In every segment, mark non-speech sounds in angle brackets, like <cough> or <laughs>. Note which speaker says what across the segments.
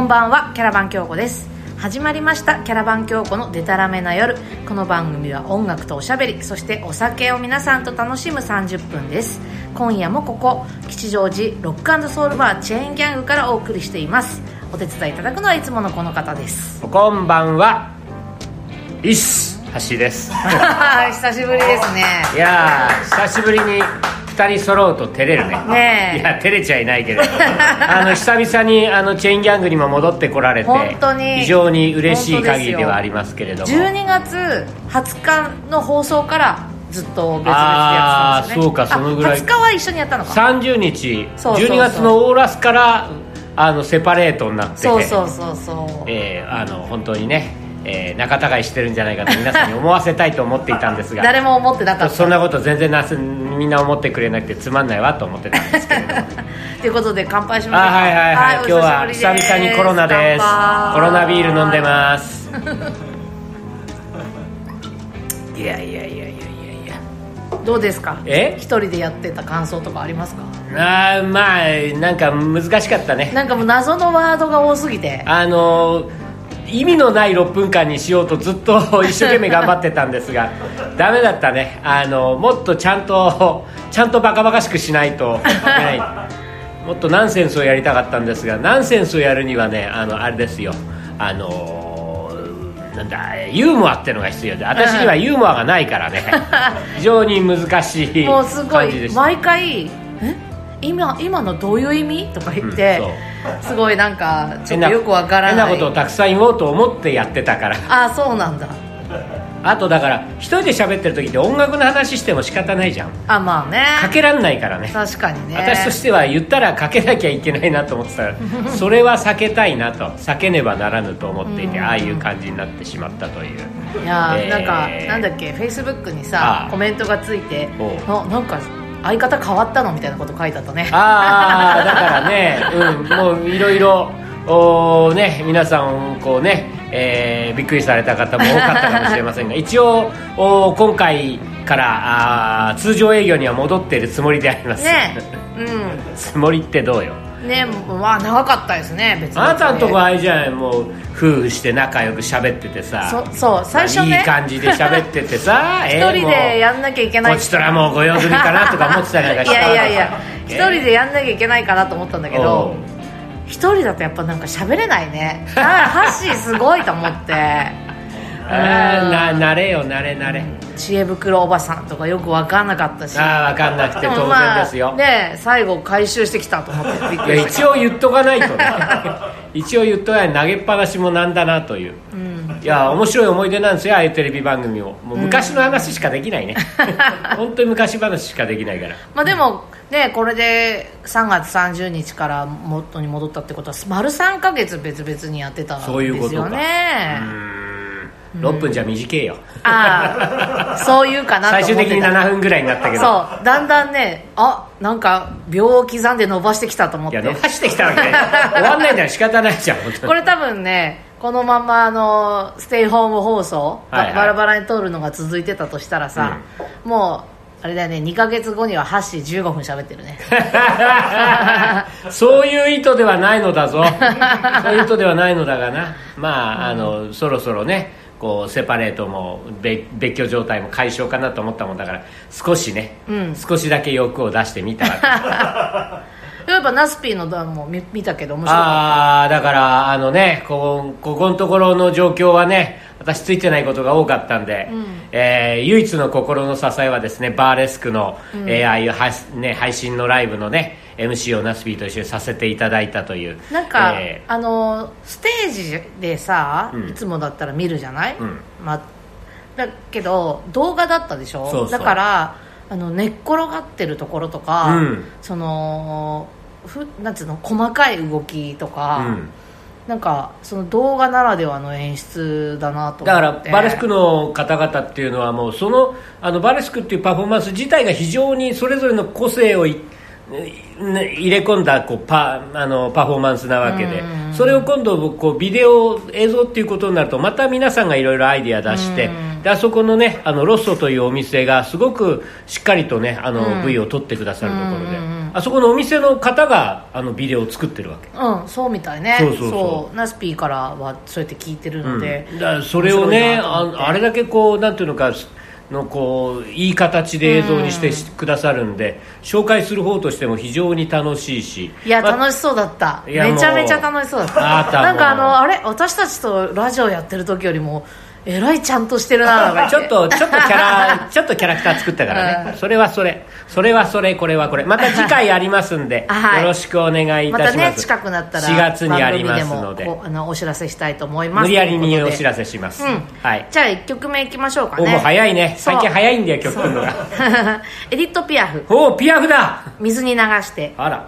Speaker 1: んばんはキャラバン京子です始まりましたキャラバン京子のデタラメな夜この番組は音楽とおしゃべりそしてお酒を皆さんと楽しむ30分です今夜もここ吉祥寺ロックソウルバーチェーンギャングからお送りしていますお手伝いいただくのはいつものこの方です
Speaker 2: こんばんは。イッシ橋で
Speaker 1: <laughs>
Speaker 2: す。
Speaker 1: 久しぶりですね
Speaker 2: いやー、久しぶりに二人揃うと照れるね。
Speaker 1: ねえ
Speaker 2: いや、照れちゃいないけれど。
Speaker 1: <laughs>
Speaker 2: あの、久々に、あの、チェーンギャングにも戻ってこられて。
Speaker 1: 本当に
Speaker 2: 非常に嬉しい限りでは
Speaker 1: 本当ですよ
Speaker 2: ありますけれども。
Speaker 1: 12月20日の放送からずっと別々でやってたんですよね
Speaker 2: あーそうかそのぐらい
Speaker 1: あ20日は一緒にやったのか
Speaker 2: 三十日、
Speaker 1: そうそうそう
Speaker 2: 12月のオーラスから、あの、セパレートになって。
Speaker 1: そうそうそうそう
Speaker 2: えーあの、本当にね、えー仲違いしてるんじゃないかと、皆さんに思わせたいと思っていたんですが。
Speaker 1: 誰も思ってなかった
Speaker 2: そんなこと全然なすみんな思ってくれなくてつまんないわと思って <laughs> たんですけど
Speaker 1: ということで乾杯しましょう
Speaker 2: あはいはいはい、
Speaker 1: お
Speaker 2: 今日は
Speaker 1: 久しぶりです
Speaker 2: 久々にコロナです
Speaker 1: 乾杯
Speaker 2: コロナビール飲んでます
Speaker 1: <laughs>
Speaker 2: いやいやいやいやいや
Speaker 1: どうですか
Speaker 2: え
Speaker 1: 一人でやってた感想とかありますか
Speaker 2: いやあーまあなんか難しかったね
Speaker 1: なんかもう謎のワードが多すぎて
Speaker 2: あのー意味のない6分間にしようとずっと <laughs> 一生懸命頑張ってたんですがダメだったねあのーもっとちゃんとちゃんとバカバカしくしないといけないもっとナンセンスをやりたかったんですがナンセンスをやるにはねあのあれですよあのーなんだユーモアってのが必要で私にはユーモアがないか
Speaker 1: <laughs>
Speaker 2: らね非常に難しい
Speaker 1: もうすご
Speaker 2: 感じで
Speaker 1: い
Speaker 2: した
Speaker 1: 毎回「え今今のどういう意味?」とか言って、すごいなんかちょっとよくわからない
Speaker 2: 変なことをたくさん言おうと思ってやってたから
Speaker 1: ああそうなんだ
Speaker 2: あとだから一人で喋ってる時って音楽の話しても仕方ないじゃん
Speaker 1: あまあね
Speaker 2: かけらんないからね
Speaker 1: 確かにね
Speaker 2: 私としては言ったらかけなきゃいけないなと思ってた
Speaker 1: <laughs>
Speaker 2: らそれは避けたいなと避けねばならぬと思っていて
Speaker 1: うん
Speaker 2: ああいう感じになってしまったという
Speaker 1: いやー、
Speaker 2: えー
Speaker 1: なんかなんだっけフェイスブックにさ
Speaker 2: あー
Speaker 1: コメントがついて
Speaker 2: おう
Speaker 1: ななんか相方変わったのみたいなこと書いてあったね
Speaker 2: ああだからね、うん、もういろいろおーね皆さんこうね、えーびっくりされた方も多かったかもしれませ
Speaker 1: <laughs>
Speaker 2: んが一応おー今回からあー通常営業には戻ってるつもりであります、
Speaker 1: ね
Speaker 2: <laughs> つもりってどうよ
Speaker 1: うんねまあ長かったですね別に
Speaker 2: あなたんとこあれじゃないもう夫婦して仲良く喋っててさ
Speaker 1: そそう最初ね
Speaker 2: いい感じで喋っててさ
Speaker 1: 一人でやんなきゃいけ
Speaker 2: えー
Speaker 1: な
Speaker 2: も
Speaker 1: いう
Speaker 2: こちとらもうご用済みかなとか思ってたりなんか
Speaker 1: い
Speaker 2: した
Speaker 1: や
Speaker 2: わ
Speaker 1: いやいや一人
Speaker 2: えー
Speaker 1: でやんなきゃいけないかなと思ったんだけ
Speaker 2: お
Speaker 1: ど
Speaker 2: う
Speaker 1: 一人だとやっぱなんか喋れないね
Speaker 2: <laughs>
Speaker 1: だからハッシーすごいと思って
Speaker 2: あーな慣れよ慣れ慣れ
Speaker 1: 知恵袋おばさんとかよく分かんなかったし
Speaker 2: ああ分かんなくて
Speaker 1: で
Speaker 2: 当
Speaker 1: も
Speaker 2: 然
Speaker 1: ま
Speaker 2: ですよ、
Speaker 1: あね最後回収してきたと思ってびっく
Speaker 2: い
Speaker 1: り
Speaker 2: や
Speaker 1: した
Speaker 2: 一応言っとかないとね一応言っとかない投げっぱなしもなんだなという、いや面白い思い出なんですよああいうテレビ番組ももう昔の話しかできないね、本当に昔話しかできないから
Speaker 1: まあでもねこれで3月30日から元に戻ったってことは丸3か月別々にやってたんです
Speaker 2: そういうことか
Speaker 1: よね
Speaker 2: 6分じゃ短えよ、
Speaker 1: ああそういうかなと思
Speaker 2: 最
Speaker 1: って
Speaker 2: 終
Speaker 1: た
Speaker 2: 的に7分ぐらいになったけど
Speaker 1: そうだんだんねあなんか秒を刻んで伸ばしてきたと思っ
Speaker 2: い
Speaker 1: て
Speaker 2: や伸ばしてきたわけね終わんないじゃん仕方ないじゃん本当に
Speaker 1: これ多分ねこのままあのステイホーム放送、ば
Speaker 2: はいはい
Speaker 1: バラバラに撮るのが続いてたとしたらさ、もうあれだよね2か月後にはハッシー15分喋ってる
Speaker 2: <laughs>
Speaker 1: ね
Speaker 2: そういう意図ではないの
Speaker 1: <laughs>
Speaker 2: だぞそういう意図ではないのだがなまああのそろそろねこうセパレートもべ別居状態も解消かなと思ったもんだから少しね、
Speaker 1: うん
Speaker 2: 少しだけ欲を出してみたわけ
Speaker 1: やっぱナスピーの段も見見たけど面白かっ
Speaker 2: ああだからあのねここここのところの状況はね私ついてないことが多かったんで、えー唯一の心の支えはですねバーレスクの、えーああいうはし、ね、配信のライブのね MC をナスビーと一緒にさせていただいたという
Speaker 1: たなんか、
Speaker 2: えー
Speaker 1: あのステージでさ、
Speaker 2: うん
Speaker 1: いつもだったら見るじゃない、
Speaker 2: うん
Speaker 1: ま、だけど動画だったでしょ
Speaker 2: そうそう
Speaker 1: だからあの寝っ転がってるところとか、
Speaker 2: うん
Speaker 1: そのふなんつうの細かい動きとか、
Speaker 2: うん
Speaker 1: なんかその動画ならではの演出だなと思って
Speaker 2: だからバレスクの方々っていうのはもうそのあのバレスクっていうパフォーマンス自体が非常にそれぞれの個性をいね入れ込んだこうパあのパフォーマンスなわけでそれを今度こうビデオ映像っていうことになるとまた皆さんがいろいろアイディア出して
Speaker 1: うん
Speaker 2: であそこのねあのロッソというお店がすごくしっかりとねあの、部位を取ってくださるところで、
Speaker 1: うんうんうん
Speaker 2: あそこのお店の方があのビデオを作ってるわけ、
Speaker 1: うんそうみたいね
Speaker 2: そうそうそう
Speaker 1: ナスピーからはそうやって聞いてるので、
Speaker 2: だからそれをね
Speaker 1: 面白いなと思って
Speaker 2: ああれだけこうなんていうのかのこういい形で映像にしてしくださるんで、紹介する方としても非常に楽しいし
Speaker 1: いや
Speaker 2: まあ
Speaker 1: 楽しそうだった
Speaker 2: いや
Speaker 1: めちゃめちゃ楽しそうだった
Speaker 2: もうあなたも
Speaker 1: なんかあのあれ私たちとラジオやってる時よりもえらいちゃんとしてる
Speaker 2: <laughs>
Speaker 1: ななんか
Speaker 2: ちょっとちょっとキ
Speaker 1: <laughs>
Speaker 2: ャラちょっとキャラクター作ったからね、それはそれそれはそれこれはこれまた次回ありますんで、
Speaker 1: あ <laughs> はい
Speaker 2: よろしくお願い
Speaker 1: <laughs>
Speaker 2: い
Speaker 1: ま
Speaker 2: た
Speaker 1: た
Speaker 2: します、
Speaker 1: ね近くなったら
Speaker 2: 4月にありますの
Speaker 1: 番組
Speaker 2: で
Speaker 1: でもこうあのお知らせしたいと思います
Speaker 2: 無理やりにお
Speaker 1: とい
Speaker 2: 知
Speaker 1: うこ
Speaker 2: らせします、
Speaker 1: とでうん
Speaker 2: はい
Speaker 1: じゃあ1曲目いきましょうか
Speaker 2: お
Speaker 1: ね
Speaker 2: もう早いね
Speaker 1: そう
Speaker 2: 最近早いんだよ曲来るのが
Speaker 1: <laughs> エディット・ピアフ
Speaker 2: おおピアフだ
Speaker 1: 「水に流して
Speaker 2: あら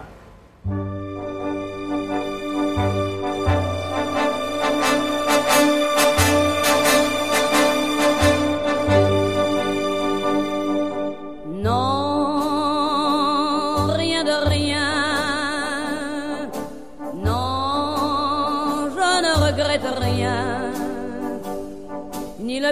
Speaker 3: Non, rien de rien. Non, je ne regrette rien. Ni le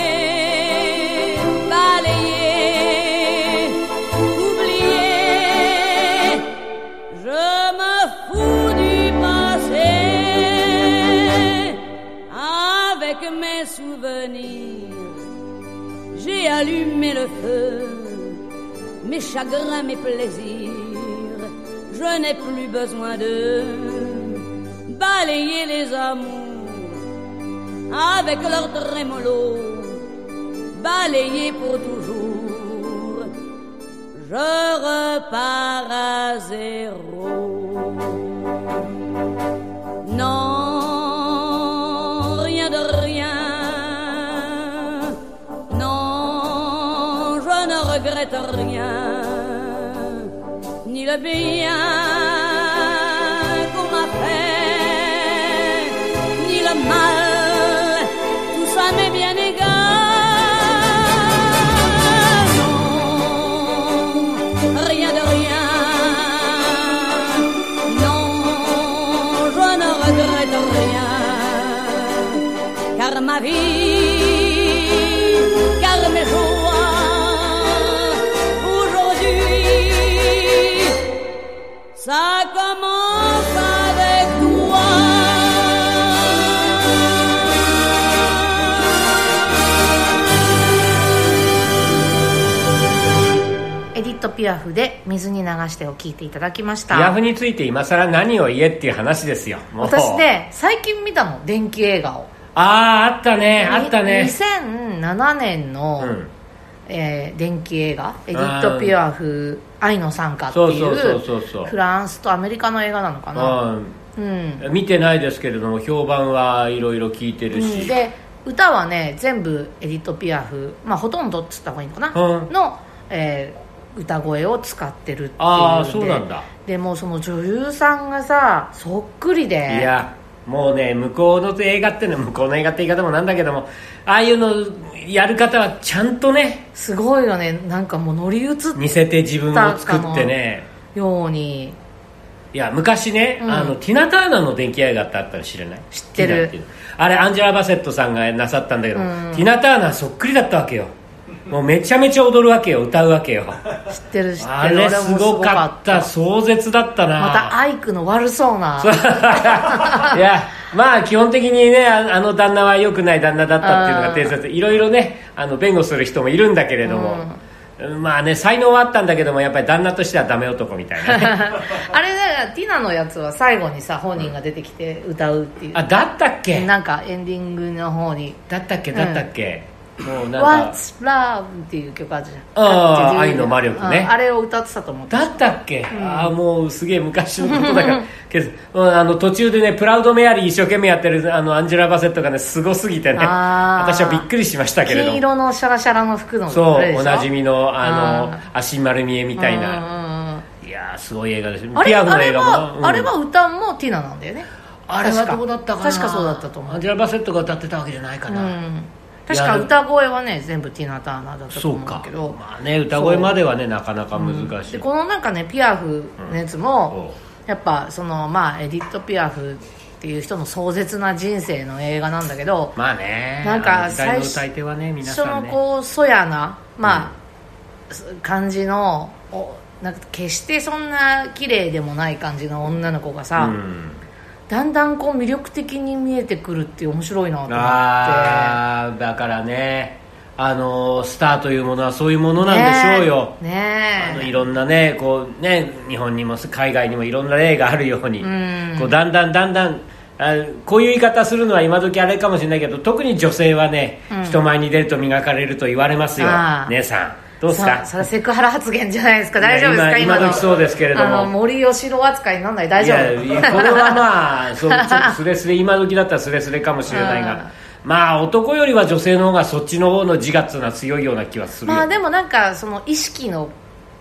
Speaker 3: balayé, oublié. Je me fous du passé avec mes souvenirs. J'ai allumé le feu mes chagrins, mes plaisirs, je n'ai plus besoin de balayer les amours avec leur trémolo, balayer pour toujours, je repars à zéro. Non, rien de rien. Non, je ne regrette rien. Ni le bien qu'on m'a fait, ni le mal. Tout ça m'est bien égal. Non, rien de rien. Non, je ne regrette rien, car ma vie, car mes joies, aujourd'hui, ça commence avec toi.
Speaker 1: エディット・ピアフで「水に流して」を聞いていただきまし
Speaker 2: ピア
Speaker 1: た
Speaker 2: フについて今更何を言えっていう話ですよもう
Speaker 1: 私ね最近見たの電気映画を
Speaker 2: あああったねあったね
Speaker 1: 2007年の、
Speaker 2: うん
Speaker 1: えー電気映画エディット・ピアフ「愛の賛歌」ってい
Speaker 2: そうそうそううそうそう
Speaker 1: フランスとアメリカの映画なのかなうん
Speaker 2: うん見てないですけれども評判はいろいろ聞いてるし、
Speaker 1: で歌はね全部エディット・ピアフ、まあ、ほとんどっつった方がいいのかな、
Speaker 2: うん
Speaker 1: の、えー歌声を使ってるっていうので
Speaker 2: ああそうなんだ
Speaker 1: でもうその女優さんがさそっくりで
Speaker 2: いやもうね向こうの映画ってね向こうの映画って言い方もなんだけどもああいうのやる方はちゃんとね
Speaker 1: すごいよねなんかもう乗り移っ
Speaker 2: 似せて自分を作ってね
Speaker 1: たように
Speaker 2: いや昔ね、
Speaker 1: うん
Speaker 2: あのティナ・ターナーの電気映画ってあったの知らない知
Speaker 1: ってる
Speaker 2: あれアンジェラ・バセットさんがなさったんだけど、
Speaker 1: うん
Speaker 2: ティナ・ターナーそっくりだったわけよもうめちゃめちゃ踊るわけよ歌うわけよ
Speaker 1: 知ってる知ってる
Speaker 2: あれ
Speaker 1: 俺も
Speaker 2: すごかった壮絶だったな
Speaker 1: またアイクの悪そうな <laughs>
Speaker 2: いやまあ基本的にねああの旦那は良くない旦那だったっていうのが定説いろいろねあの弁護する人もいるんだけれども、まあね才能はあったんだけどもやっぱり旦那としてはダメ男みたいなね
Speaker 1: <laughs> あれだよティナのやつは最後にさ本人が出てきて歌うっていう、
Speaker 2: あだったっけ
Speaker 1: なんかエンディングの方に
Speaker 2: だったっけ
Speaker 1: うん
Speaker 2: だったっけ、も
Speaker 1: 「
Speaker 2: うなんか
Speaker 1: What's Love」っていう曲あるじゃん
Speaker 2: あー愛の魔力ね
Speaker 1: ああれを歌ってたと思って
Speaker 2: だったっけ、ああもうすげえ昔のこと
Speaker 1: <laughs>
Speaker 2: だからけどうんあの途中でね「プラウド・メアリー」一生懸命やってるあのアンジェラ・バセットがねすごすぎてね
Speaker 1: あー
Speaker 2: 私はびっくりしましたけれど
Speaker 1: 金
Speaker 2: も
Speaker 1: 色のシャラシャラの服の
Speaker 2: そ
Speaker 1: あれで
Speaker 2: う
Speaker 1: しょ
Speaker 2: おなじみのあの
Speaker 1: あ
Speaker 2: 足丸見えみたいな
Speaker 1: うんうんうん
Speaker 2: いややーすごい映画です
Speaker 1: あれ
Speaker 2: ピアフ
Speaker 1: あ
Speaker 2: の映
Speaker 1: れ
Speaker 2: 画も
Speaker 1: は、
Speaker 2: うん
Speaker 1: あれは歌もティナなんだよね
Speaker 2: あれはどうだったかな
Speaker 1: 確かそうだったと思う
Speaker 2: アンジェラ・バセットが歌ってたわけじゃないか
Speaker 1: う
Speaker 2: な、
Speaker 1: ん確か歌声はね全部ティナ・ターナーだったと
Speaker 2: そう
Speaker 1: 思うんだ
Speaker 2: か
Speaker 1: けど
Speaker 2: まあね歌声まではねなかなか難しい、
Speaker 1: でこのなんかねピアフのやつも、
Speaker 2: う
Speaker 1: やっぱそのまあエディット・ピアフっていう人の壮絶な人生の映画なんだけど、
Speaker 2: まあね
Speaker 1: なんか
Speaker 2: あの時代の
Speaker 1: 最初
Speaker 2: 歌い手はね皆
Speaker 1: そ
Speaker 2: さ
Speaker 1: の
Speaker 2: んね
Speaker 1: こうそやな、まあ感じのおなんか決してそんな綺麗でもない感じの女の子がさ、
Speaker 2: うん
Speaker 1: だんだんこう魅力的に見えてくるって面白いなと思っ
Speaker 2: ああだからねあのスターというものはそういうものなんでしょうよ、
Speaker 1: てね
Speaker 2: あのい
Speaker 1: え
Speaker 2: ろんなねこうね日本にも海外にもいろんな例があるように、
Speaker 1: ん
Speaker 2: こうだんだんだんだんあこういう言い方するのは今時あれかもしれないけど特に女性はね、人前に出ると磨かれると言われますよ
Speaker 1: あー
Speaker 2: 姉さんどうですか
Speaker 1: そそれセクハラ発言じゃないですか大丈夫ですか
Speaker 2: いや今
Speaker 1: の
Speaker 2: 今時そうですけれども
Speaker 1: あの森喜朗扱いになんない大丈夫
Speaker 2: いやいやこれはまあそうちょっとスレスレ今時だったらスレスレかもしれない
Speaker 1: <laughs>
Speaker 2: が、まあ男よりは女性の方がそっちの方の自我っていうのは強いような気はするよ、
Speaker 1: まあでもなんかその意識の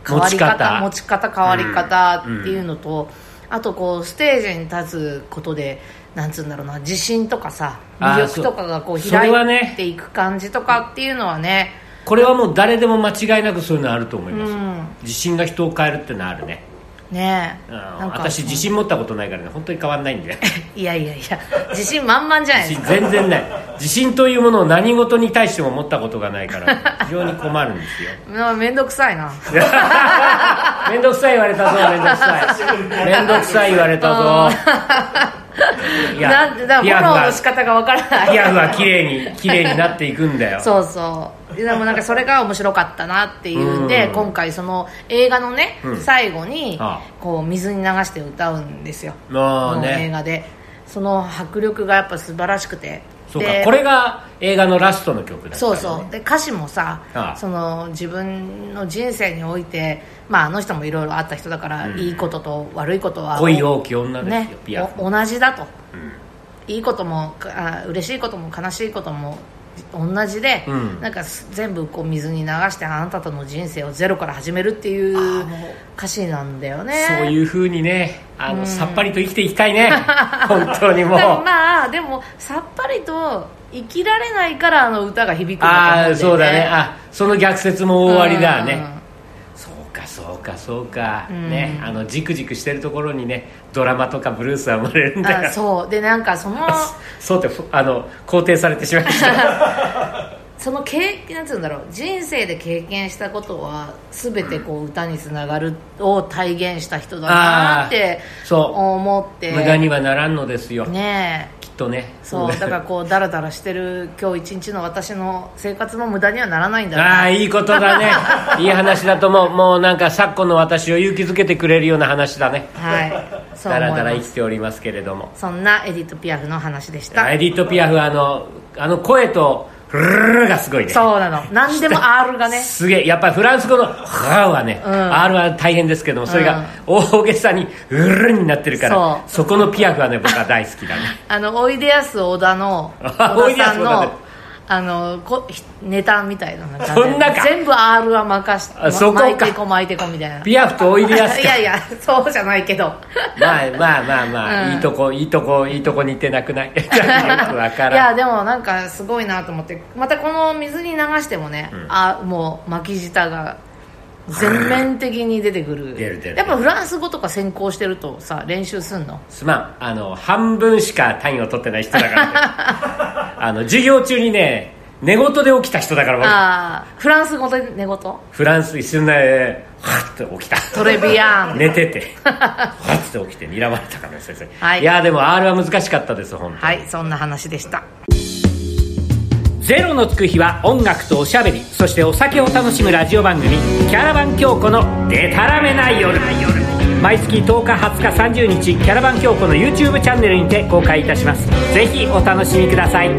Speaker 1: 変わり方
Speaker 2: 持
Speaker 1: 持
Speaker 2: ち
Speaker 1: ち方変わり方っていうのと、あとこうステージに立つことでなんつうんだろうな自信とかさ
Speaker 2: あー
Speaker 1: 魅力とかがこ
Speaker 2: そううそれは
Speaker 1: 開
Speaker 2: ね
Speaker 1: いていく感じとかっていうのはね
Speaker 2: これはもう誰でも間違いなくそういうのあると思います、
Speaker 1: うん
Speaker 2: 自信が人を変えるってのはあるね、
Speaker 1: ね
Speaker 2: うん、
Speaker 1: なんか
Speaker 2: 私自信持ったことないからね本当に変わんな
Speaker 1: <laughs>
Speaker 2: いんで
Speaker 1: いやいやいや自信満々じゃないで
Speaker 2: 自
Speaker 1: す
Speaker 2: 信
Speaker 1: か
Speaker 2: <laughs> 全然ない自信というものを何事に対しても持ったことがないから非常に困るんですよ <laughs>
Speaker 1: な面倒くさいな
Speaker 2: めんどくさい言われたぞめんどくさいめんどくさい言われ
Speaker 1: <laughs>
Speaker 2: たぞいや
Speaker 1: なんでだか
Speaker 2: ピア
Speaker 1: らフ
Speaker 2: フ
Speaker 1: ォロー
Speaker 2: が
Speaker 1: の仕方がわからない
Speaker 2: ピア
Speaker 1: <laughs>
Speaker 2: フは綺麗に綺麗になっていくんだよ
Speaker 1: そうそうでもなんかそれが面白かったなっていうんで、
Speaker 2: うん
Speaker 1: 今回その映画のね、
Speaker 2: うん
Speaker 1: 最後に
Speaker 2: あ
Speaker 1: こう水に流して歌うんですよ
Speaker 2: まあ
Speaker 1: この映
Speaker 2: ね
Speaker 1: 画でその迫力がやっぱ素晴らしくて
Speaker 2: そうか
Speaker 1: で
Speaker 2: これが映画のラストの曲だったの
Speaker 1: そう
Speaker 2: ね
Speaker 1: そうで歌詞もさ
Speaker 2: ああ
Speaker 1: その自分の人生において、まあ、あの人もいろいろあった人だから、
Speaker 2: うん
Speaker 1: いいことと悪いことは
Speaker 2: 恋多き女ですよ、
Speaker 1: ね
Speaker 2: ピアフ
Speaker 1: お同じだと、いいこともあ嬉しいことも悲しいことも同じで、
Speaker 2: うん
Speaker 1: なんかす全部こう水に流してあなたとの人生をゼロから始めるってい
Speaker 2: あ
Speaker 1: う
Speaker 2: ーもう
Speaker 1: 歌詞なんだよね
Speaker 2: そう
Speaker 1: う
Speaker 2: いうふうにねあの、さっぱりと生きていきた
Speaker 1: <laughs>
Speaker 2: いね本当にもう
Speaker 1: まあでもさっぱりと生きられないからあの歌が響くん
Speaker 2: ああ
Speaker 1: だと思
Speaker 2: そ
Speaker 1: うん
Speaker 2: うだ
Speaker 1: よ
Speaker 2: ねあその逆説も終わりだね
Speaker 1: うん
Speaker 2: そうかそうかそうか、
Speaker 1: ん
Speaker 2: ねあのジクジクしてるところにねドラマとかブルースは生まれるんだ
Speaker 1: あ
Speaker 2: よ
Speaker 1: そうでなんかその
Speaker 2: <laughs> そうってふあの肯定されてしまいました
Speaker 1: <laughs> その経なんつうんだろう人生で経験したことは全てこう歌につながるを体現した人だなって
Speaker 2: あーそう
Speaker 1: 思って
Speaker 2: 無駄にはならんのですよ、
Speaker 1: ねえ
Speaker 2: きっとね
Speaker 1: そうだからこうダラダラしてる今日一日の私の生活も無駄にはならないんだ
Speaker 2: あ
Speaker 1: な
Speaker 2: <laughs> あいいことだねいい話だと思うもうなんか昨今の私を勇気づけてくれるような話だね
Speaker 1: はいそう
Speaker 2: だら
Speaker 1: 思い
Speaker 2: だら
Speaker 1: ま
Speaker 2: 生き
Speaker 1: す
Speaker 2: ておりますけれども
Speaker 1: そんなエディット・ピアフの話でした
Speaker 2: エディット・ピアフはあのあの声とフルルルがすごいね
Speaker 1: そうなの何でも R がね
Speaker 2: すげえやっぱりフランス語の「は」はね「R」は大変ですけどもそれが大げさに「うる」になってるからそこのピアフはね僕は大好きだね
Speaker 1: あのおいでやす小田の
Speaker 2: <laughs> お
Speaker 1: 小
Speaker 2: い
Speaker 1: 田
Speaker 2: でや
Speaker 1: さ
Speaker 2: す
Speaker 1: ん
Speaker 2: 小田
Speaker 1: の
Speaker 2: ね
Speaker 1: あのこひネタみたいなのがね
Speaker 2: そんなか
Speaker 1: 全部 R は任し
Speaker 2: あそこか
Speaker 1: 巻いていこう巻いていこうみたいな
Speaker 2: ピアフとおいでやす
Speaker 1: <laughs> いやいやそうじゃないけど
Speaker 2: まあまあまあまあ、
Speaker 1: うん
Speaker 2: いいとこいいとこいいとこ似てなくないよくわからん
Speaker 1: いやでもなんかすごいなと思ってまたこの水に流してもね、あもう巻き舌が全面的に出てくる
Speaker 2: 出る出る
Speaker 1: やっぱフランス語とか専攻してるとさ練習すんの
Speaker 2: すまんあの半分しか単位を取ってない人だからね、あの授業中にね寝言で起きた人だから俺
Speaker 1: ああフランス語で寝言
Speaker 2: フランス一瞬でハッと起きた
Speaker 1: トレビ
Speaker 2: <laughs>
Speaker 1: アン
Speaker 2: 寝て
Speaker 1: <laughs>
Speaker 2: てハッと起きて睨まれたからね先生、
Speaker 1: はい
Speaker 2: いやでも R は難しかったです本当
Speaker 1: はいそんな話でした
Speaker 2: ゼロのつく日は音楽とおしゃべりそしてお酒を楽しむラジオ番組「キャラバン京子のでたらめな夜」毎月10日20日30日キャラバン京子の YouTube チャンネルにて公開いたしますぜひお楽しみください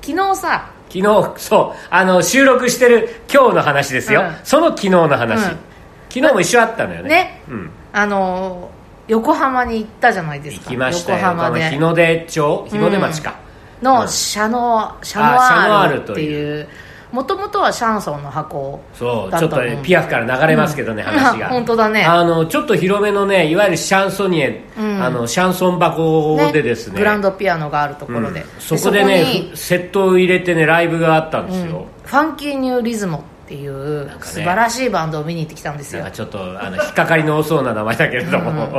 Speaker 1: 昨日さ
Speaker 2: 昨日そうあの収録してる今日の話ですよ、
Speaker 1: うん
Speaker 2: その昨日の話、
Speaker 1: うん
Speaker 2: 昨日も一緒あったのよね
Speaker 1: ね
Speaker 2: うん、
Speaker 1: あの横浜に行ったじゃないです
Speaker 2: 行
Speaker 1: か
Speaker 2: きましたよ
Speaker 1: 横浜で
Speaker 2: この日の出町日の出町か、
Speaker 1: のシャノ,、シャノ
Speaker 2: あシャノ
Speaker 1: ア
Speaker 2: ア
Speaker 1: ー
Speaker 2: ー
Speaker 1: ル
Speaker 2: ル
Speaker 1: っていうもともとはシャンソンの箱
Speaker 2: そう
Speaker 1: だ
Speaker 2: ちょ
Speaker 1: た
Speaker 2: っと
Speaker 1: の
Speaker 2: ねピアフから流れますけどね、
Speaker 1: うん
Speaker 2: 話が
Speaker 1: あ本当だね
Speaker 2: あのちょっと広めのねいわゆるシャンソニエ、
Speaker 1: うん
Speaker 2: あのシャンソン箱でですね
Speaker 1: グランドピアノがあるところで、
Speaker 2: うんそこでね
Speaker 1: そこに
Speaker 2: ふセットを入れてねライブがあったんですよ、
Speaker 1: ファンキーニューリズムっていう
Speaker 2: かね
Speaker 1: 素晴らしいバンドを見に行ってきたんです
Speaker 2: なん
Speaker 1: よ
Speaker 2: かちょっとあの引っかかりの多そうな名前だけれども、フ
Speaker 1: フ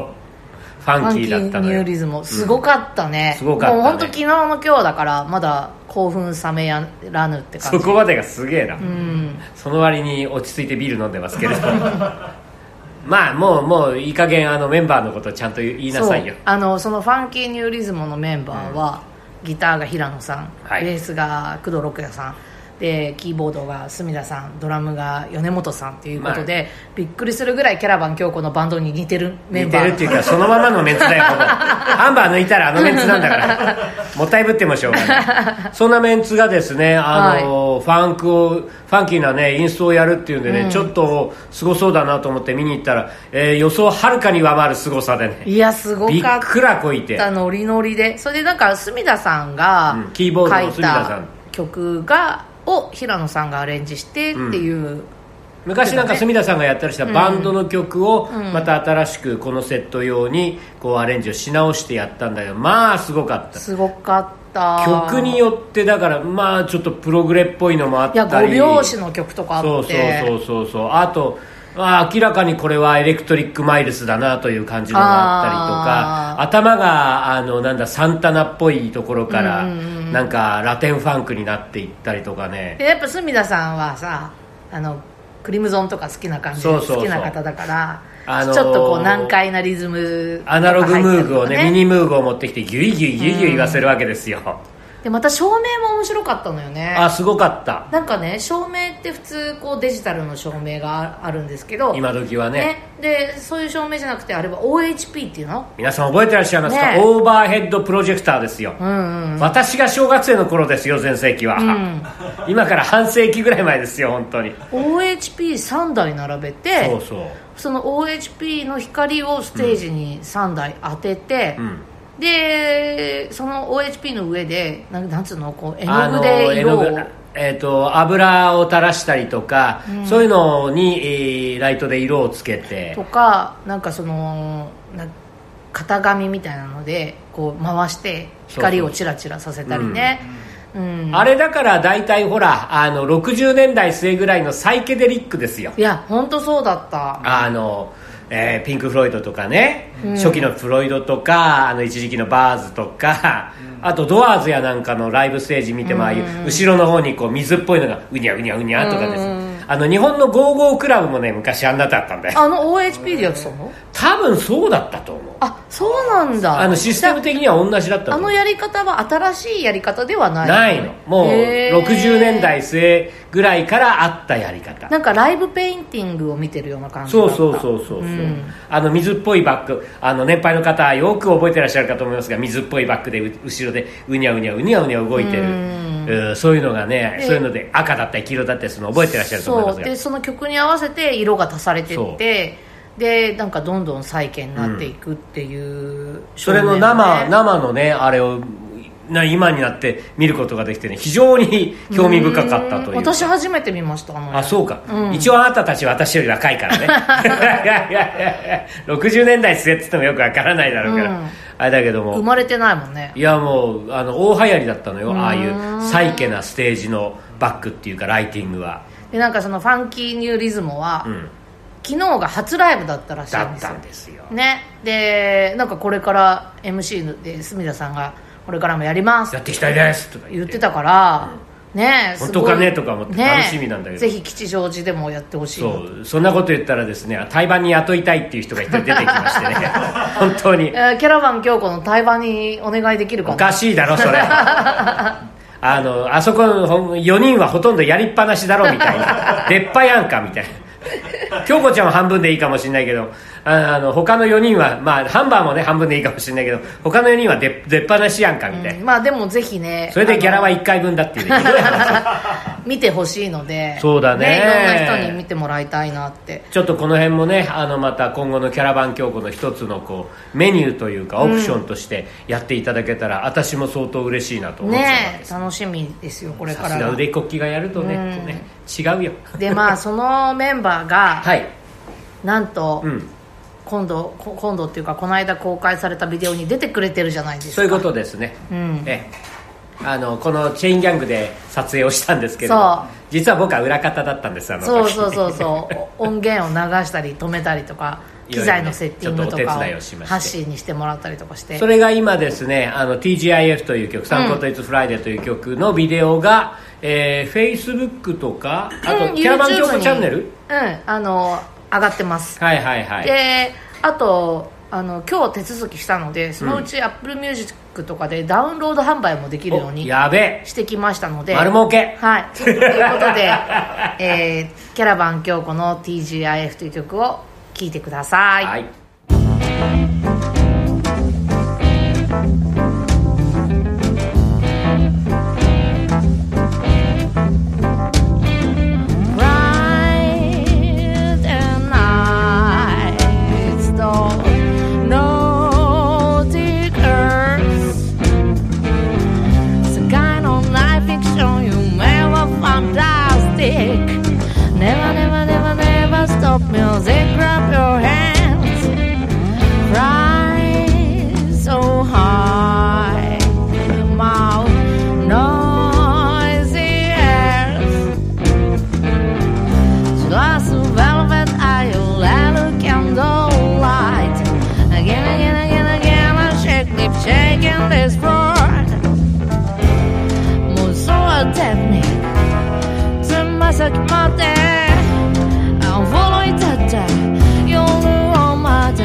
Speaker 2: ァ
Speaker 1: ァン
Speaker 2: ンキ
Speaker 1: キ
Speaker 2: ーだった
Speaker 1: ーニ
Speaker 2: の
Speaker 1: ュー
Speaker 2: よ
Speaker 1: リズムすごかったね、
Speaker 2: すごかったね
Speaker 1: もう本当昨日の今日だからまだ興奮冷めやらぬって感じ
Speaker 2: そこまでがすげえな、
Speaker 1: うん
Speaker 2: その割に落ち着いてビール飲んでますけれどまあもうもういい加減あのメンバーのことちゃんと言いなさいよ
Speaker 1: そうあのそのファンキーニューリズムのメンバーは、ギターが平野さん、
Speaker 2: はい
Speaker 1: ベースが工藤六也さんでキーボードが隅田さんドラムが米本さんということで、びっくりするぐらいキャラバン京子のバンドに似てるメン
Speaker 2: 似
Speaker 1: バ
Speaker 2: て
Speaker 1: ー
Speaker 2: るっていうかそのままのメンツだよ <laughs> ほぼハンバー抜いたらあのメンツなんだからもったいぶってもしょうがないそんなメンツがですねあの、ファンクをファンキーなねインストをやるっていうんでね、ちょっとすごそうだなと思って見に行ったら、えー予想をはるかに上回るすごさでね
Speaker 1: いやすご
Speaker 2: びっ
Speaker 1: かっ
Speaker 2: くらこいて
Speaker 1: たノリノリでそれでなんか隅田さんが
Speaker 2: うんキーボードの
Speaker 1: 書い
Speaker 2: 隅田さ
Speaker 1: た
Speaker 2: ん
Speaker 1: 曲がを平野さんがアレンジしてっていう、
Speaker 2: 昔なんか隅田さんがやったりしたバンドの曲をまた新しくこのセット用にこうアレンジをし直してやったんだけどまあすごかった
Speaker 1: すごかった
Speaker 2: 曲によってだからまあちょっとプログレっぽいのもあっ
Speaker 1: いや
Speaker 2: たり
Speaker 1: 5拍子の曲とかあって
Speaker 2: そうそうそうそうそうあとまあ明らかにこれはエレクトリックマイルスだなという感じのがあったりとか
Speaker 1: あー
Speaker 2: 頭があのなんだサンタナっぽいところから
Speaker 1: うんうん
Speaker 2: なんかラテンファンクになっていったりとかね
Speaker 1: でやっぱ隅田さんはさあのクリムゾンとか好きな感じで
Speaker 2: そうそうそう
Speaker 1: 好きな方だから、
Speaker 2: あのー
Speaker 1: ちょっとこう難解なリズム
Speaker 2: アナログムーグをねミ
Speaker 1: ニ
Speaker 2: ニムーグを持ってきてギュイギュイギュイギュイ言わせるわけですよ、
Speaker 1: でまた照明も面白かったのよね
Speaker 2: あすごかった
Speaker 1: なんかね照明って普通こうデジタルの照明がああるんですけど
Speaker 2: 今時はね
Speaker 1: でそういう照明じゃなくてあれは OHP っていうの
Speaker 2: 皆さん覚えてらっしゃいますか、
Speaker 1: ね
Speaker 2: オーバーヘッドプロジェクターですよ、
Speaker 1: うんうん
Speaker 2: 私が小学生の頃ですよ全盛期は、今から半世紀ぐらい前ですよ本当に
Speaker 1: OHP3 台並べて
Speaker 2: そうそう
Speaker 1: その OHP の光をステージに3台当てて、
Speaker 2: うん
Speaker 1: でその OHP の上でなんなんつうのこう絵の具で色を、
Speaker 2: 絵の具えー、と油を垂らしたりとか、そういうのに、えーライトで色をつけて
Speaker 1: とかなんかそのな型紙みたいなのでこう回して光をチラチラさせたりねうん
Speaker 2: あれだから大体ほらあの60年代末ぐらいのサイケデリックですよ
Speaker 1: いや本当そうだった
Speaker 2: あの、えーピンク・フロイドとかね、初期のフロイドとかあの一時期のバーズとか、あとドアーズやなんかのライブステージ見ても、ああいう後ろの方にこう水っぽいのがうにゃうにゃうにゃとかですね、あの日本のゴーゴークラブもね昔あんなだったんだよ
Speaker 1: あの OHP でやってたの
Speaker 2: 多分そうだったと思う
Speaker 1: あそうなんだ
Speaker 2: あのシステム的には同じだったと
Speaker 1: あ
Speaker 2: 思
Speaker 1: の
Speaker 2: う
Speaker 1: やり方は新しいやり方ではない
Speaker 2: ないのもう
Speaker 1: へー
Speaker 2: 60年代末ぐらいからあったやり方
Speaker 1: なんかライブペインティングを見てるような感じだ
Speaker 2: そ
Speaker 1: っ
Speaker 2: う
Speaker 1: た
Speaker 2: そうそうそうそう、
Speaker 1: ん
Speaker 2: あの水っぽいバッグあの年配の方よく覚えてらっしゃるかと思いますが水っぽいバッグでう後ろでうにゃうにゃうにゃうにゃ動いてるうんそういうのがね
Speaker 1: で
Speaker 2: そういうので赤だったり黄色だったりするの覚えてらっしゃると思います
Speaker 1: そう
Speaker 2: が
Speaker 1: でその曲に合わせて色が足されて
Speaker 2: そ
Speaker 1: ってでなんかどんどん再建になっていくっていう、
Speaker 2: それの生,、生のねあれをな今になって見ることができてね非常に興味深かったという
Speaker 1: 私初めて見ましたあの
Speaker 2: あそうか、一応あなたたちは私より若いからね <laughs> いやいやいや60年代末っつってもよくわからないだろうから、
Speaker 1: うん
Speaker 2: あれだけども
Speaker 1: 生まれてないもんね
Speaker 2: いやもうあの大流行りだったのよああいうサイケなステージのバックっていうかライティングは
Speaker 1: でなんかそのファンキーニューリズムは、
Speaker 2: ん
Speaker 1: 昨日が初ライブだったらしい
Speaker 2: だ
Speaker 1: ん
Speaker 2: っ
Speaker 1: です
Speaker 2: た
Speaker 1: よ
Speaker 2: んですよ
Speaker 1: ねでなんかこれから MC で隅田さんがこれからもやります
Speaker 2: やっ
Speaker 1: って
Speaker 2: いきたいですとか
Speaker 1: て
Speaker 2: 言
Speaker 1: 言っ
Speaker 2: っ
Speaker 1: ててたから、ねえ
Speaker 2: 本当かねとか思って楽しみなんだけど
Speaker 1: ぜひ吉祥寺でもやってほしいなと
Speaker 2: そうそんなこと言ったらですね台湾に雇いたいっていう人が一人出てき
Speaker 1: <laughs>
Speaker 2: ましてね本当に
Speaker 1: えーキャラバン京子の対話にお願いできるか
Speaker 2: お
Speaker 1: な
Speaker 2: かしいだ
Speaker 4: <laughs>
Speaker 2: ろそれあのあそこのほん4人はほとんどやりっぱなしだろみた
Speaker 4: <laughs>
Speaker 2: いな出っ歯やんかみたいな京子ちゃんは半分でいいかもしれないけどああの他の4人はまあハンバーもね半分でいいかもしれないけど他の4人は出出っ放しやんかみたいな、
Speaker 1: うんまあでもぜひね
Speaker 2: それでギャラは
Speaker 1: あの
Speaker 2: 1回分だっていうねひどい話
Speaker 4: 見てほしいので
Speaker 2: そうだ
Speaker 4: い
Speaker 2: ね
Speaker 4: ろんな人に見てもらいたいなって
Speaker 2: ちょっとこの辺もねあのまた今後のキャラバン競歩の一つのこうメニューというかオプションとしてやっていただけたら、私も相当嬉しいなと思ってたわけ
Speaker 4: ね
Speaker 2: です、
Speaker 4: 楽しみですよこれ
Speaker 2: さ
Speaker 4: か
Speaker 2: すが
Speaker 4: ら
Speaker 2: 腕こきがやるとね,、
Speaker 4: うん
Speaker 2: ね違うよ
Speaker 4: でま
Speaker 2: <laughs>
Speaker 4: あそのメンバーが、
Speaker 2: はい、
Speaker 4: なんと、
Speaker 2: うん、
Speaker 4: 今度こ今度っていうかこの間公開されたビデオに出てくれてるじゃないですか
Speaker 2: そういうことですね、
Speaker 4: うん
Speaker 2: ええあのこのチェインギャングで撮影をしたんですけど
Speaker 4: そう
Speaker 2: 実は僕は裏方だったんですあの時
Speaker 4: そうそうそう
Speaker 2: <laughs>
Speaker 4: そうお音源を流したり止めたりとか
Speaker 2: いろ
Speaker 4: 機
Speaker 2: いろね
Speaker 4: 材のセッティングと
Speaker 2: ちょっと
Speaker 4: か
Speaker 2: お
Speaker 4: を
Speaker 2: 手伝いをしまして
Speaker 4: ハッシーにしてもらったりとかして
Speaker 2: それが今ですねあの TGIF という曲「サンコトイツフライデーという曲のビデオが、えー、Facebook とかあと、
Speaker 4: うん
Speaker 2: キャラバン
Speaker 4: YouTube
Speaker 2: 教
Speaker 4: に
Speaker 2: 庫チャンネル
Speaker 4: うんあの上がってます、
Speaker 2: はいはいはい
Speaker 4: であとあの今日手続きしたのでそのうち AppleMusic とかでダウンロード販売もできるよう
Speaker 2: お
Speaker 4: に
Speaker 2: やべえ
Speaker 4: してきましたので
Speaker 2: 丸儲け
Speaker 4: はい、ということで、 <laughs> えーキャラバン京子の TGIF という曲を聴いてください。
Speaker 2: はい
Speaker 1: Never, never, never, never stop music. Grab your hands, fly so high, mouth noisy airs. Just velvet aisle, little candle light. Again, again, again, again, I shake, keep shaking this board. Mozoa technique. つま先まで驚いたって夜をまた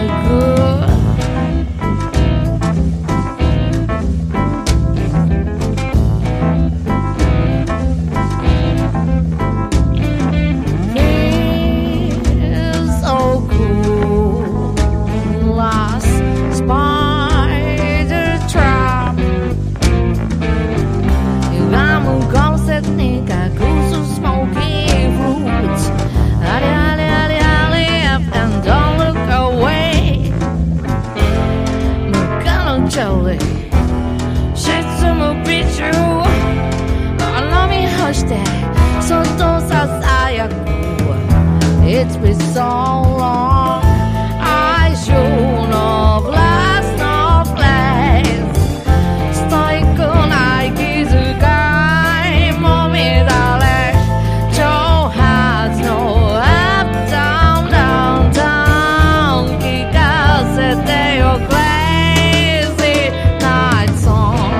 Speaker 1: ぐ沈むビーチを頼み干してそっとささやく It's been so long. I should have lost no place. ストイックな息遣いも乱れ、挑発のアップダウンダウンダウン聞かせてよ Crazy Night Song。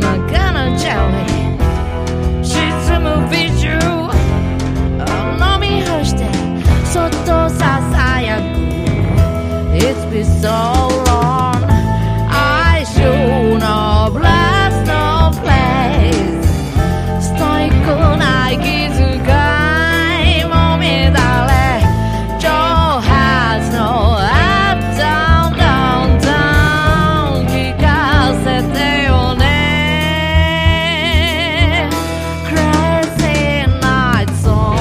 Speaker 1: マカナチャリ沈むビジュ飲み干してそっとささやく It's been so long I should have lost no place ストイックな息遣いも乱れ挑発のアップダウンダウンダウン聞かせてよね Crazy Night Song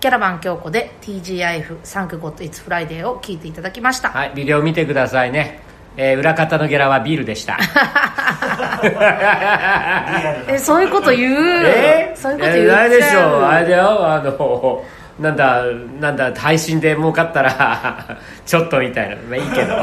Speaker 4: キャラバン京子で TGIF「サンクゴッド・イッツ・フライデー」を聴いていただきました、
Speaker 2: はいビデオ見てくださいね、えー裏方のゲラはビールでした
Speaker 4: えそういうこと言う、
Speaker 2: え
Speaker 4: そういうこと言っ
Speaker 2: え
Speaker 4: ちゃう
Speaker 2: ないでしょうあれだよあのなんだなんだ配信で儲かったら <laughs> ちょっとみたいなまあいい
Speaker 1: <laughs>
Speaker 2: けど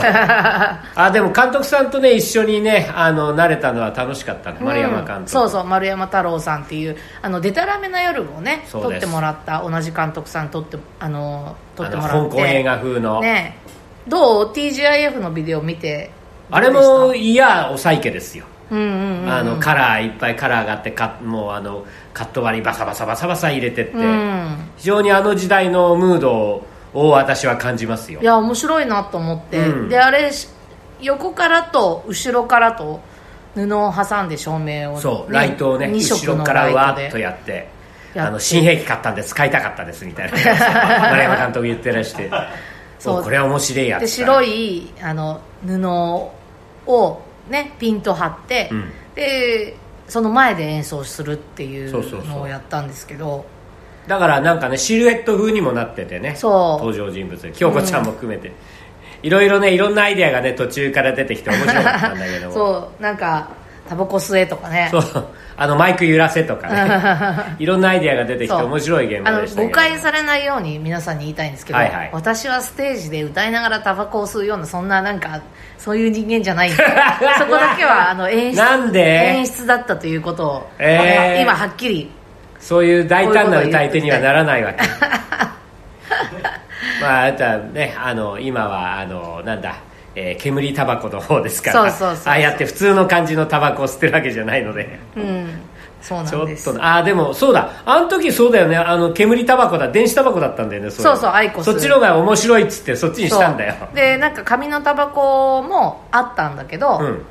Speaker 2: あでも監督さんとね一緒にねあの慣れたのは楽しかったね丸山監督、
Speaker 1: うんそうそう丸山太郎さんっていうあのデタラメな夜をね
Speaker 2: そう
Speaker 1: 撮
Speaker 2: で
Speaker 1: って
Speaker 2: す
Speaker 1: もらった同じ監督さん撮ってあの撮ってもらって
Speaker 2: あの香港映画風の、
Speaker 1: ねどう TGIF のビデオ見て
Speaker 2: あれ
Speaker 1: どう
Speaker 2: も
Speaker 1: でし
Speaker 2: いやおさいけですよ
Speaker 1: たうんうんうん
Speaker 2: あのカラーいっぱいカラーがあってかもうあのカット割りバサバサバサバサ入れてって、
Speaker 1: うん
Speaker 2: 非常にあの時代のムードを私は感じますよ
Speaker 1: いや面白いなと思って、
Speaker 2: うん
Speaker 1: であれし横からと後ろからと布を挟んで照明を、
Speaker 2: そうライトをね
Speaker 1: 二色
Speaker 2: 後
Speaker 1: の
Speaker 2: ろからわ
Speaker 1: ライ
Speaker 2: ーっ
Speaker 1: ト
Speaker 2: と
Speaker 1: で
Speaker 2: やって
Speaker 1: やって
Speaker 2: あの新兵器買ったんです買いたかったですみ
Speaker 1: <laughs>
Speaker 2: たいな丸山監督言ってらして
Speaker 1: そう
Speaker 2: おこれ面白いやつ
Speaker 1: で白いあの布をねピンと張って、
Speaker 2: うん
Speaker 1: でその前で演奏するってい
Speaker 2: そうそうそう
Speaker 1: うのをやったんですけど
Speaker 2: だからなんかねシルエット風にもなっててね
Speaker 1: そう
Speaker 2: 登場人物京子ちゃんも含めて、いろいろねいろんなアイデアがね途中から出てきて面白かったんだけども
Speaker 1: そうなんかタバコ吸えとかね
Speaker 2: そうあのマイク揺らせと
Speaker 1: <laughs>
Speaker 2: かねいろんなアイデアが出てきて
Speaker 1: そう
Speaker 2: 面白い現
Speaker 1: あ
Speaker 2: 場
Speaker 1: の
Speaker 2: でしたけど
Speaker 1: 誤解されないように皆さんに言いたいんですけど、
Speaker 2: はいはい
Speaker 1: 私はステージで歌いながらタバコを吸うようなそんななんかそういう人間じゃないん
Speaker 2: <laughs>
Speaker 1: でそこだけはあの演出
Speaker 2: なんで
Speaker 1: 演出だったということを、
Speaker 2: えー
Speaker 1: これは今はっきり
Speaker 2: そういう大胆な歌い手にはならないわけまああとはねあの今はあのなんだえー煙タバコの方ですから
Speaker 1: そうそうそうそう
Speaker 2: ああやって普通の感じのタバコを吸ってるわけじゃないので
Speaker 1: うんそう
Speaker 2: ち
Speaker 1: なん
Speaker 2: ょ
Speaker 1: で
Speaker 2: っ
Speaker 1: す
Speaker 2: とああでもそうだあの時そうだよねあの煙タバコだ電子タバコだったんだよねれ
Speaker 1: そうそうアイコス
Speaker 2: そっちの方が面白いっつってそっちにしたんだよ
Speaker 1: そうでなんか紙のタバコもあったんだけど、
Speaker 2: うん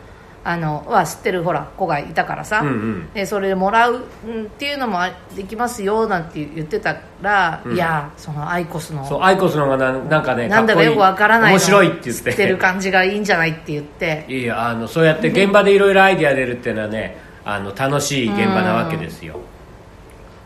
Speaker 1: あのは知ってるほら子がいたからさ、
Speaker 2: うんうん
Speaker 1: でそれでもらううんっていうのもあできますよなんて言ってたら、
Speaker 2: うん
Speaker 1: いやそのアイコスの
Speaker 2: そうアイコスの方がなんなんかね
Speaker 1: なんだかよくわからないの
Speaker 2: 面白いって言って
Speaker 1: 知ってる感じがいいんじゃないって言って
Speaker 2: いやあのそうやって現場でいろいろアイデア出るっていうのはねあの楽しい現場なわけですよ、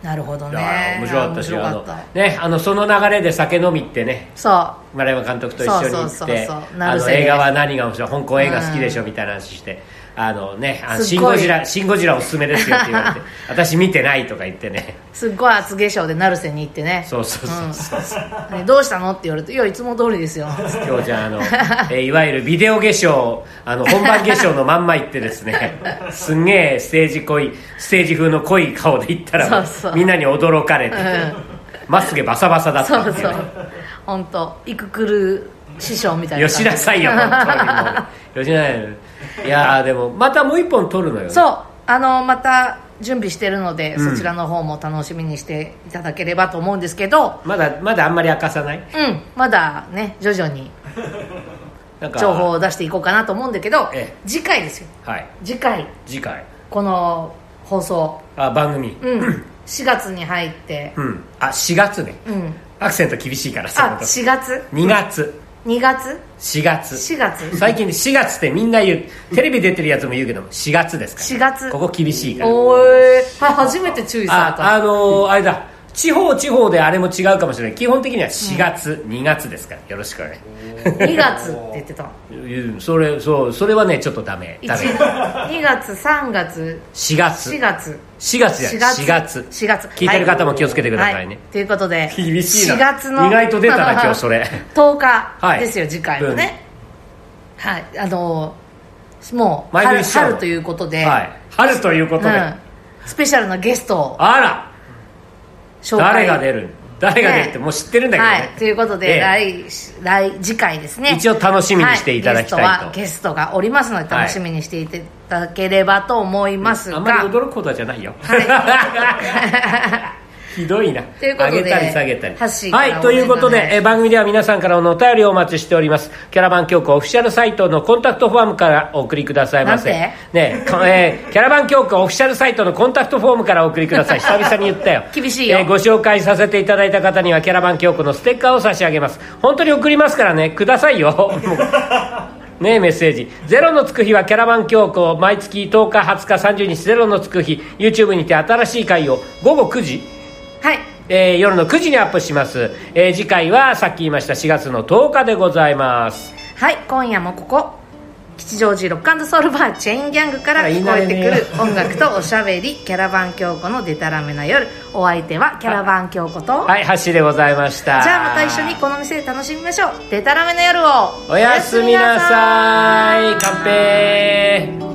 Speaker 1: なるほど
Speaker 2: いや
Speaker 1: ね
Speaker 2: 面白かったし
Speaker 1: 面白
Speaker 2: あ
Speaker 1: か
Speaker 2: の
Speaker 1: った
Speaker 2: ね、あのその流れで酒飲みってね
Speaker 1: そ
Speaker 2: 丸山監督と一緒に行
Speaker 1: そ
Speaker 2: っ
Speaker 1: うそう
Speaker 2: て
Speaker 1: そうそう
Speaker 2: あ
Speaker 1: 成
Speaker 2: の
Speaker 1: 瀬
Speaker 2: 映画は何が面白い香港映画好きでしょみたいな話して「あのね、あの
Speaker 1: す
Speaker 2: シ
Speaker 1: っ
Speaker 2: ン・
Speaker 1: ごい
Speaker 2: ゴジラシンゴジラおすすめですよ」って言わ
Speaker 1: <laughs>
Speaker 2: れて「私見てない」とか言ってね
Speaker 1: うすっごい厚化粧で成瀬に行ってね
Speaker 2: そうそうそうそう、
Speaker 1: うんねどうしたのって言われると「いやいつも通りですよ」
Speaker 2: 今日じ
Speaker 1: <laughs>
Speaker 2: ゃああの、えーいわゆるビデオ化粧あの本番化粧のまんま行ってで
Speaker 1: <laughs>
Speaker 2: すねすんげえステージ濃いステージ風の濃い顔で行ったら
Speaker 1: そうそう
Speaker 2: みんなに驚かれて、まっすぐバサバサだった
Speaker 1: そ
Speaker 2: ん
Speaker 1: う
Speaker 2: です
Speaker 1: そう
Speaker 2: よ、
Speaker 1: 本当イククル師匠みたいな
Speaker 2: よしなさ
Speaker 1: <laughs>
Speaker 2: いよ本当にもうよしなさいよいやーでもまたもう一本撮るのよね
Speaker 1: そうあのまた準備してるので、そちらの方も楽しみにしていただければと思うんですけど
Speaker 2: まだまだあんまり明かさない
Speaker 1: うんまだね徐々に
Speaker 2: なんか
Speaker 1: 情報を出していこうかなと思うんだけど
Speaker 2: ええ
Speaker 1: 次回ですよ
Speaker 2: はい
Speaker 1: 次回
Speaker 2: 次回
Speaker 1: この放送、
Speaker 2: あ番組
Speaker 1: うん、4月
Speaker 2: <clears throat>
Speaker 1: に入って
Speaker 2: う、ん、あ4月ね
Speaker 1: うん、
Speaker 2: アクセント厳しいから
Speaker 1: あ
Speaker 2: さ
Speaker 1: 4月
Speaker 2: 2月
Speaker 1: 2月
Speaker 2: 4月
Speaker 1: 4月
Speaker 2: 最近4月ってみんな言うテレビ出てるやつも言うけども4月ですか
Speaker 1: 4
Speaker 2: ら
Speaker 1: 月
Speaker 2: ここ厳しいから
Speaker 1: おーあ初めて注意された
Speaker 2: ああのーあれだ地方地方であれも違うかもしれない基本的には4月、2月ですからよろしくね
Speaker 1: 2月って言ってた
Speaker 2: うんそれそうそれはねちょっとダメダメ
Speaker 1: 2月3月
Speaker 2: 4月
Speaker 1: 4月
Speaker 2: 4月じゃない4月
Speaker 1: 4月
Speaker 2: 聞いてる方も気をつけてくださいね、
Speaker 1: はということで
Speaker 2: 厳しいな
Speaker 1: 4月の
Speaker 2: 意外と出たな今日
Speaker 1: <laughs>
Speaker 2: それ
Speaker 1: 10日
Speaker 2: はい
Speaker 1: ですよ、次回もね、はいあのーもう
Speaker 2: 前乗
Speaker 1: 春
Speaker 2: りしちゃうの
Speaker 1: 春ということで、
Speaker 2: はい、春ということで、
Speaker 1: うん、スペシャルなゲストを
Speaker 2: あら
Speaker 1: 紹
Speaker 2: 誰
Speaker 1: 介
Speaker 2: が出る誰が出るっ
Speaker 1: ね
Speaker 2: てもう知ってるんだけどね、
Speaker 1: はい、ということで、
Speaker 2: ええ
Speaker 1: 来来次回ですね
Speaker 2: 一応楽しみにしていただきたいと
Speaker 1: はゲストはゲストがおりますので楽しみにしていただければと思いますが、
Speaker 2: あんまり驚くことじゃないよ、 <laughs> ひどいな
Speaker 1: ということで
Speaker 2: 上げたり下げたり
Speaker 1: ハッシーから
Speaker 2: はいということ
Speaker 1: お願いしま
Speaker 2: で、
Speaker 1: す
Speaker 2: えー番組では皆さんからのお便りをお待ちしておりますキャラバン教皇オフィシャルサイトのコンタクトフォームからお送りくださいませ
Speaker 1: なん
Speaker 2: ねえか <laughs> えーキャラバン教皇オフィシャルサイトのコンタクトフォームからお送りくだ
Speaker 1: <laughs>
Speaker 2: さい久々に言ったよ
Speaker 1: 厳しいよ
Speaker 2: えーご紹介させていただいた方にはキャラバン教皇のステッカーを差し上げます本当に送りますからねくださいよ
Speaker 1: <laughs>
Speaker 2: もうねえメッセージ「ゼロのつく日」はキャラバン教皇毎月10日20日30日「ゼロのつく日」YouTube にて新しい回を午後9時、
Speaker 1: はい
Speaker 2: えー夜の9時にアップします、えー次回はさっき言いました4月の10日でございます
Speaker 1: はい今夜もここ吉祥寺ロックソウルバーチェーンギャングから
Speaker 2: あ
Speaker 1: 聞
Speaker 2: いい
Speaker 1: こ
Speaker 2: な
Speaker 1: えてくる
Speaker 2: いいな
Speaker 1: 音楽とおしゃべりキャラバン京子のデタラメな夜お相手はキャラバン京子と、
Speaker 2: はい、橋でございました。
Speaker 1: じゃあまた一緒にこの店で楽しみましょうデタラメな夜を
Speaker 2: おやすみなさい。乾杯。